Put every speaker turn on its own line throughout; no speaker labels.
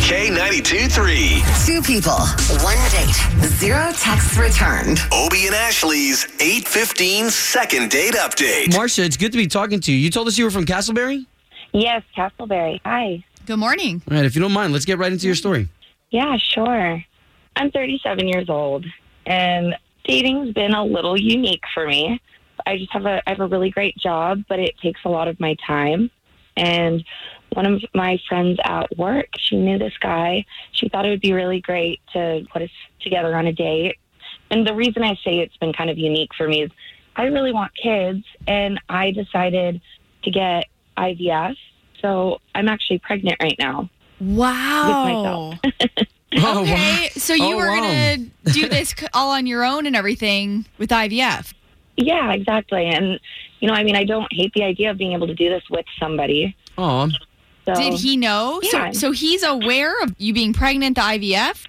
K92 3.
Two people, one date, zero texts returned.
Obie and Ashley's 815 second date update.
Marcia, it's good to be talking to you. You told us you were from Castleberry?
Yes, Castleberry. Hi.
Good morning.
All right, if you don't mind, let's get right into your story.
Yeah, sure. I'm 37 years old, and dating's been a little unique for me. I just have a I have a really great job, but it takes a lot of my time. And one of my friends at work, she knew this guy. She thought it would be really great to put us together on a date. And the reason I say it's been kind of unique for me is I really want kids, and I decided to get IVF. So I'm actually pregnant right now.
Wow.
Oh, wow.
Okay, so you
Oh,
were
wow.
going to do this c- all on your own and everything with IVF.
Yeah, exactly. And you know, I mean, I don't hate the idea of being able to do this with somebody.
Aw.
So
Oh.
Did he know?
Yeah.
So, so he's aware of you being pregnant, the IVF?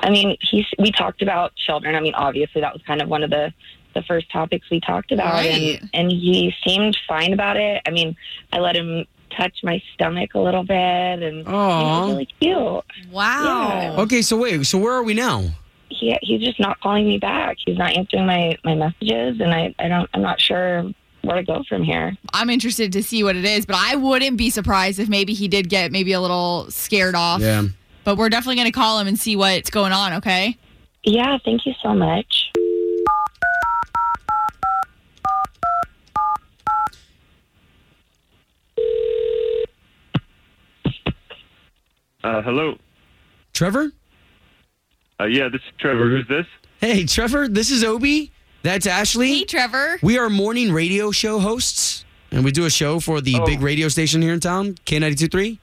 I mean, he we talked about children. I mean, obviously that was kind of one of the the first topics we talked about
Right.
and and he seemed fine about it. I mean, I let him touch my stomach a little bit and you know, it was
Aw.
really cute.
Wow.
Okay, so wait, so where are we now?
He he's just not calling me back. He's not answering my my messages and I I don't I'm not sure where to go from here.
I'm interested to see what it is, but I wouldn't be surprised if maybe he did get maybe a little scared off.
Yeah.
But we're definitely going to call him and see what's going on, okay?
Yeah, thank you so much.
Uh, hello.
Trevor?
Uh, yeah, this is Trevor. Who's this?
Hey, Trevor, this is Obi. That's
Hey,
Ashley.
Trevor.
We are morning radio show hosts, and we do a show for the
Oh.
big radio station here in town, K92.3.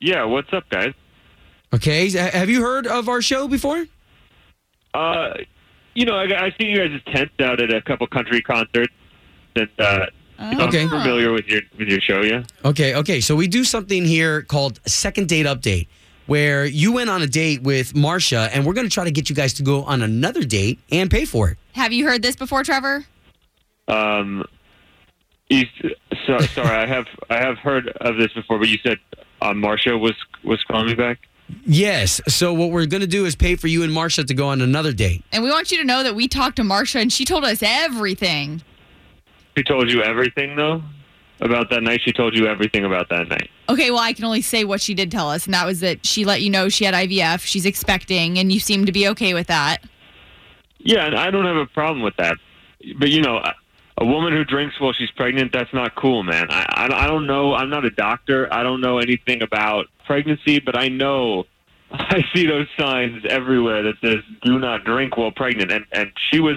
Yeah, what's up, guys?
Okay, h- have you heard of our show before?
Uh, you know, I, I see you guys' tent out at a couple country concerts, and uh, you know,
Okay.
I'm familiar with your with your show. Yeah.
Okay, okay. So we do something here called second date update, where you went on a date with Marsha, and we're going to try to get you guys to go on another date and pay for it.
Have you heard this before, Trevor?
Um, you, so, sorry, I have I have heard of this before, but you said uh, Marsha was was calling me back.
Yes. So what we're going to do is pay for you and Marsha to go on another date.
And we want you to know that we talked to Marsha and she told us everything.
She told you everything though about that night. She told you everything about that night.
Okay, well, I can only say what she did tell us, and that was that she let you know she had IVF, she's expecting, and you seem to be okay with that.
Yeah, and I don't have a problem with that. But you know, a woman who drinks while she's pregnant—that's not cool, man. I, I I don't know. I'm not a doctor. I don't know anything about pregnancy, but I know I see those signs everywhere that says "Do not drink while pregnant," and and she was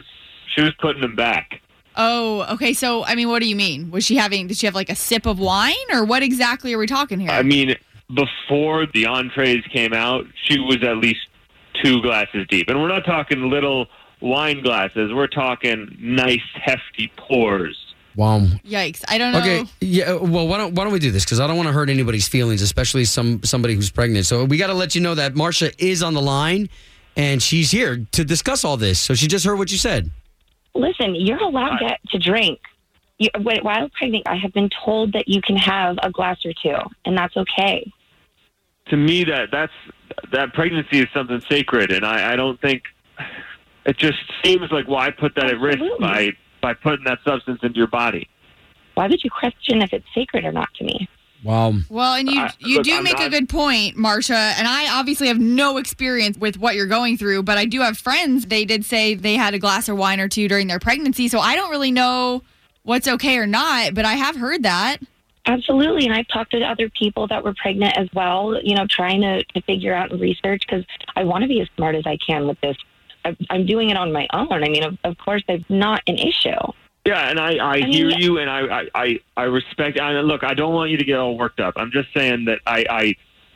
she was putting them back.
Oh, okay. So, I mean, what do you mean? Was she having, did she have like a sip of wine, or what exactly are we talking here?
I mean, before the entrees came out, she was at least two glasses deep, and we're not talking little wine glasses. We're talking nice, hefty pours.
Wow.
Yikes. I don't know.
Okay. Yeah. uh, Well, why don't why don't we do this? Because I don't want to hurt anybody's feelings, especially some somebody who's pregnant. So we got to let you know that Marsha is on the line, and she's here to discuss all this. So she just heard what you said.
listen, you're allowed to, to drink. You, wh- while pregnant, I have been told that you can have a glass or two, and that's okay.
to me that that's that pregnancy is something sacred and I, I don't think it just seems like why put that at risk
Absolutely.
by by putting that substance into your body.
Why would you question if it's sacred or not to me?
Wow.
Well, and you
I-
you
look,
do
I'm
make a
not-
good point, Marsha. And I obviously have no experience with what you're going through, but I do have friends. They did say they had a glass of wine or two during their pregnancy, so I don't really know what's okay or not. But I have heard that.
Absolutely. And I've talked to other people that were pregnant as well, you know, trying to, to figure out and research because I want to be as smart as I can with this. I, I'm doing it on my own. I mean, of, of course, that's not an issue.
Yeah, and I, I,
mean,
hear
yeah.
you and I, I, I, I respect I look, I don't want you to get all worked up. I'm just saying that I I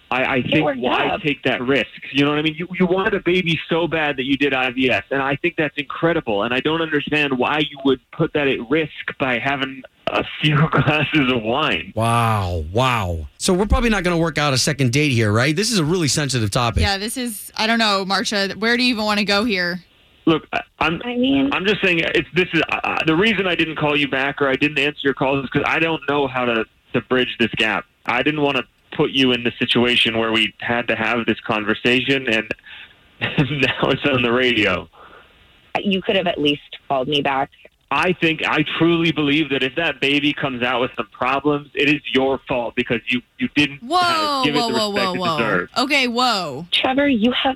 I, I think
worked
why
up.
take that risk. You know what I mean? You you wanted a baby so bad that you did IVF and I think that's incredible and I don't understand why you would put that at risk by having a few glasses of wine.
Wow. Wow. So we're probably not going to work out a second date here, right? This is a really sensitive topic.
Yeah, this is I don't know, Marsha. Where do you even want to go here?
Look, I- I'm
I mean,
I'm just saying it's this is uh, uh, the reason I didn't call you back or I didn't answer your calls is because I don't know how to to bridge this gap. I didn't want to put you in the situation where we had to have this conversation, and now it's on the radio.
You could have at least called me back.
I think I truly believe that if that baby comes out with some problems, it is your fault because you you didn't
Whoa,
uh, give
whoa,
it the
whoa,
respect
whoa,
it
whoa.
deserved.
Okay, whoa.
Trevor, you have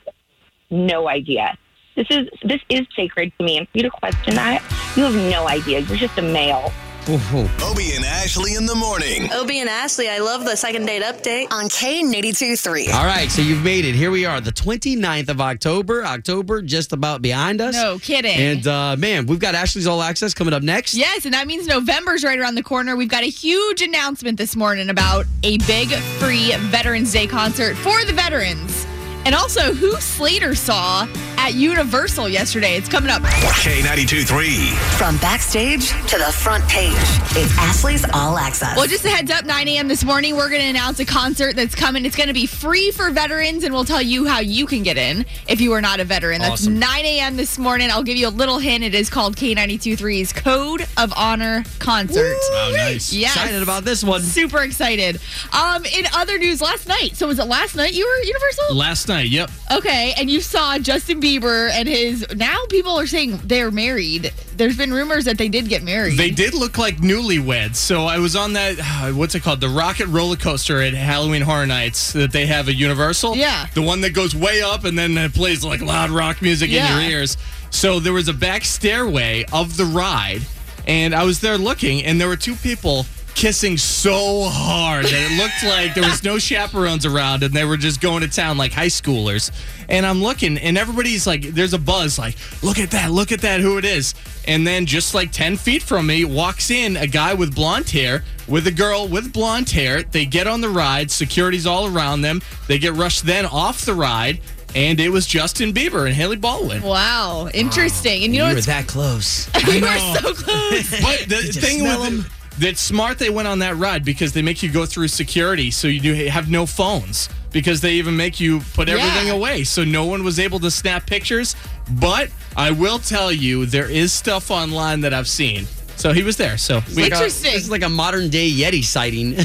no idea. This is this is sacred to me, and for you to question that, you have no idea. You're just a male.
Ooh.
Obie and Ashley in the morning.
Obie and Ashley, I love the second date update.
on K82 3.
All right, so you've made it. Here we are, the 29th of October. October just about behind us.
No kidding.
And uh, man, we've got Ashley's All Access coming up next.
Yes, and that means November's right around the corner. We've got a huge announcement this morning about a big free Veterans Day concert for the veterans. And also who Slater saw at Universal yesterday. It's coming up.
K92 3.
From backstage to the front page, it's Ashley's All Access.
Well, just a heads up, 9 a.m. this morning, we're going to announce a concert that's coming. It's going to be free for veterans, and we'll tell you how you can get in if you are not a veteran. That's
Awesome.
9 a.m. this morning. I'll give you a little hint. It is called K923's Code of Honor Concert.
Oh, nice.
Yes.
Excited about this one.
Super excited. Um, in other news, last night. So was it last night you were at Universal?
Last night, yep.
Okay, and you saw Justin Bieber and his. Now people are saying they're married. There's been rumors that they did get married.
They did look like newlyweds. So I was on that, what's it called? The rocket roller coaster at Halloween Horror Nights that they have at Universal.
Yeah.
The one that goes way up and then it plays like loud rock music
Yeah.
in your ears. So there was a back stairway of the ride, and I was there looking, and there were two people kissing so hard that it looked like there was no chaperones around and they were just going to town like high schoolers. And I'm looking and everybody's like there's a buzz like look at that, look at that who it is. And then just like 10 feet from me walks in a guy with blonde hair with a girl with blonde hair. They get on the ride, security's all around them. They get rushed then off the ride and it was Justin Bieber and Haley Baldwin.
Wow, interesting. And you know
you were
what's
that close.
we were so close.
But the
Did you
thing
smell
with
'em?
that's smart they went on that ride because they make you go through security so you do have no phones because they even make you put everything
Yeah.
away so no one was able to snap pictures but I will tell you there is stuff online that I've seen so he was there so we
Interesting.
This is like a modern day Yeti sighting.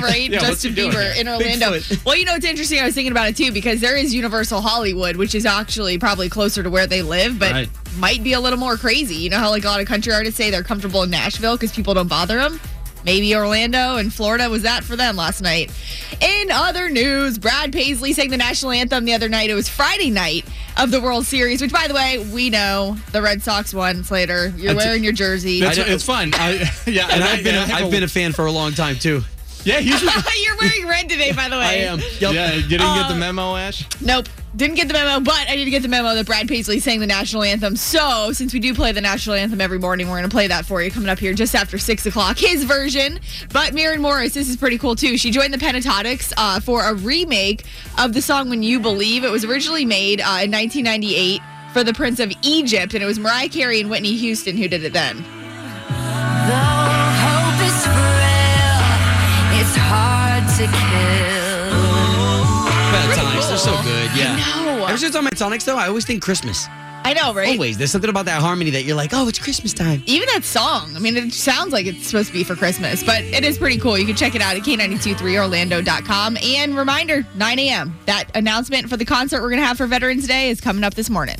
right?
Yeah, what's
Justin
he doing
Bieber
here?
in Orlando.
Bigfoot.
Well, you know, it's interesting. I was thinking about it too because there is Universal Hollywood, which is actually probably closer to where they live, but
Right.
might be a little more crazy. You know how, like, a lot of country artists say they're comfortable in Nashville because people don't bother them? Maybe Orlando and Florida was that for them last night. In other news, Brad Paisley sang the national anthem the other night. It was Friday night of the World Series, which, by the way, we know the Red Sox won. Slater, you're
That's-
wearing your jersey.
that's,
I don't-
it's fun I, yeah
and I've been,
I,
a,
have
I've been a fan for a long time too.
yeah he's just,
you're wearing red today, by the way.
I am. Yep.
yeah you didn't get
Uh,
the memo Ash
Nope. Didn't get the memo, but I did get the memo that Brad Paisley sang the national anthem. So, since we do play the national anthem every morning, we're going to play that for you coming up here just after six o'clock, his version. But Maren Morris, this is pretty cool too. She joined the Pentatonics uh, for a remake of the song "When You Believe." It was originally made uh, in 1998 for the Prince of Egypt, and it was Mariah Carey and Whitney Houston who did it then.
Pentatonics, they're so good. Yeah.
I know.
Ever since I'm Pentatonics though, I always think Christmas.
I know, right?
Always. There's something about that harmony that you're like, oh, it's Christmas time.
even that song. I mean, it sounds like it's supposed to be for Christmas, but it is pretty cool. You can check it out at K923Orlando.com. And reminder 9 a.m. That announcement for the concert we're going to have for Veterans Day is coming up this morning.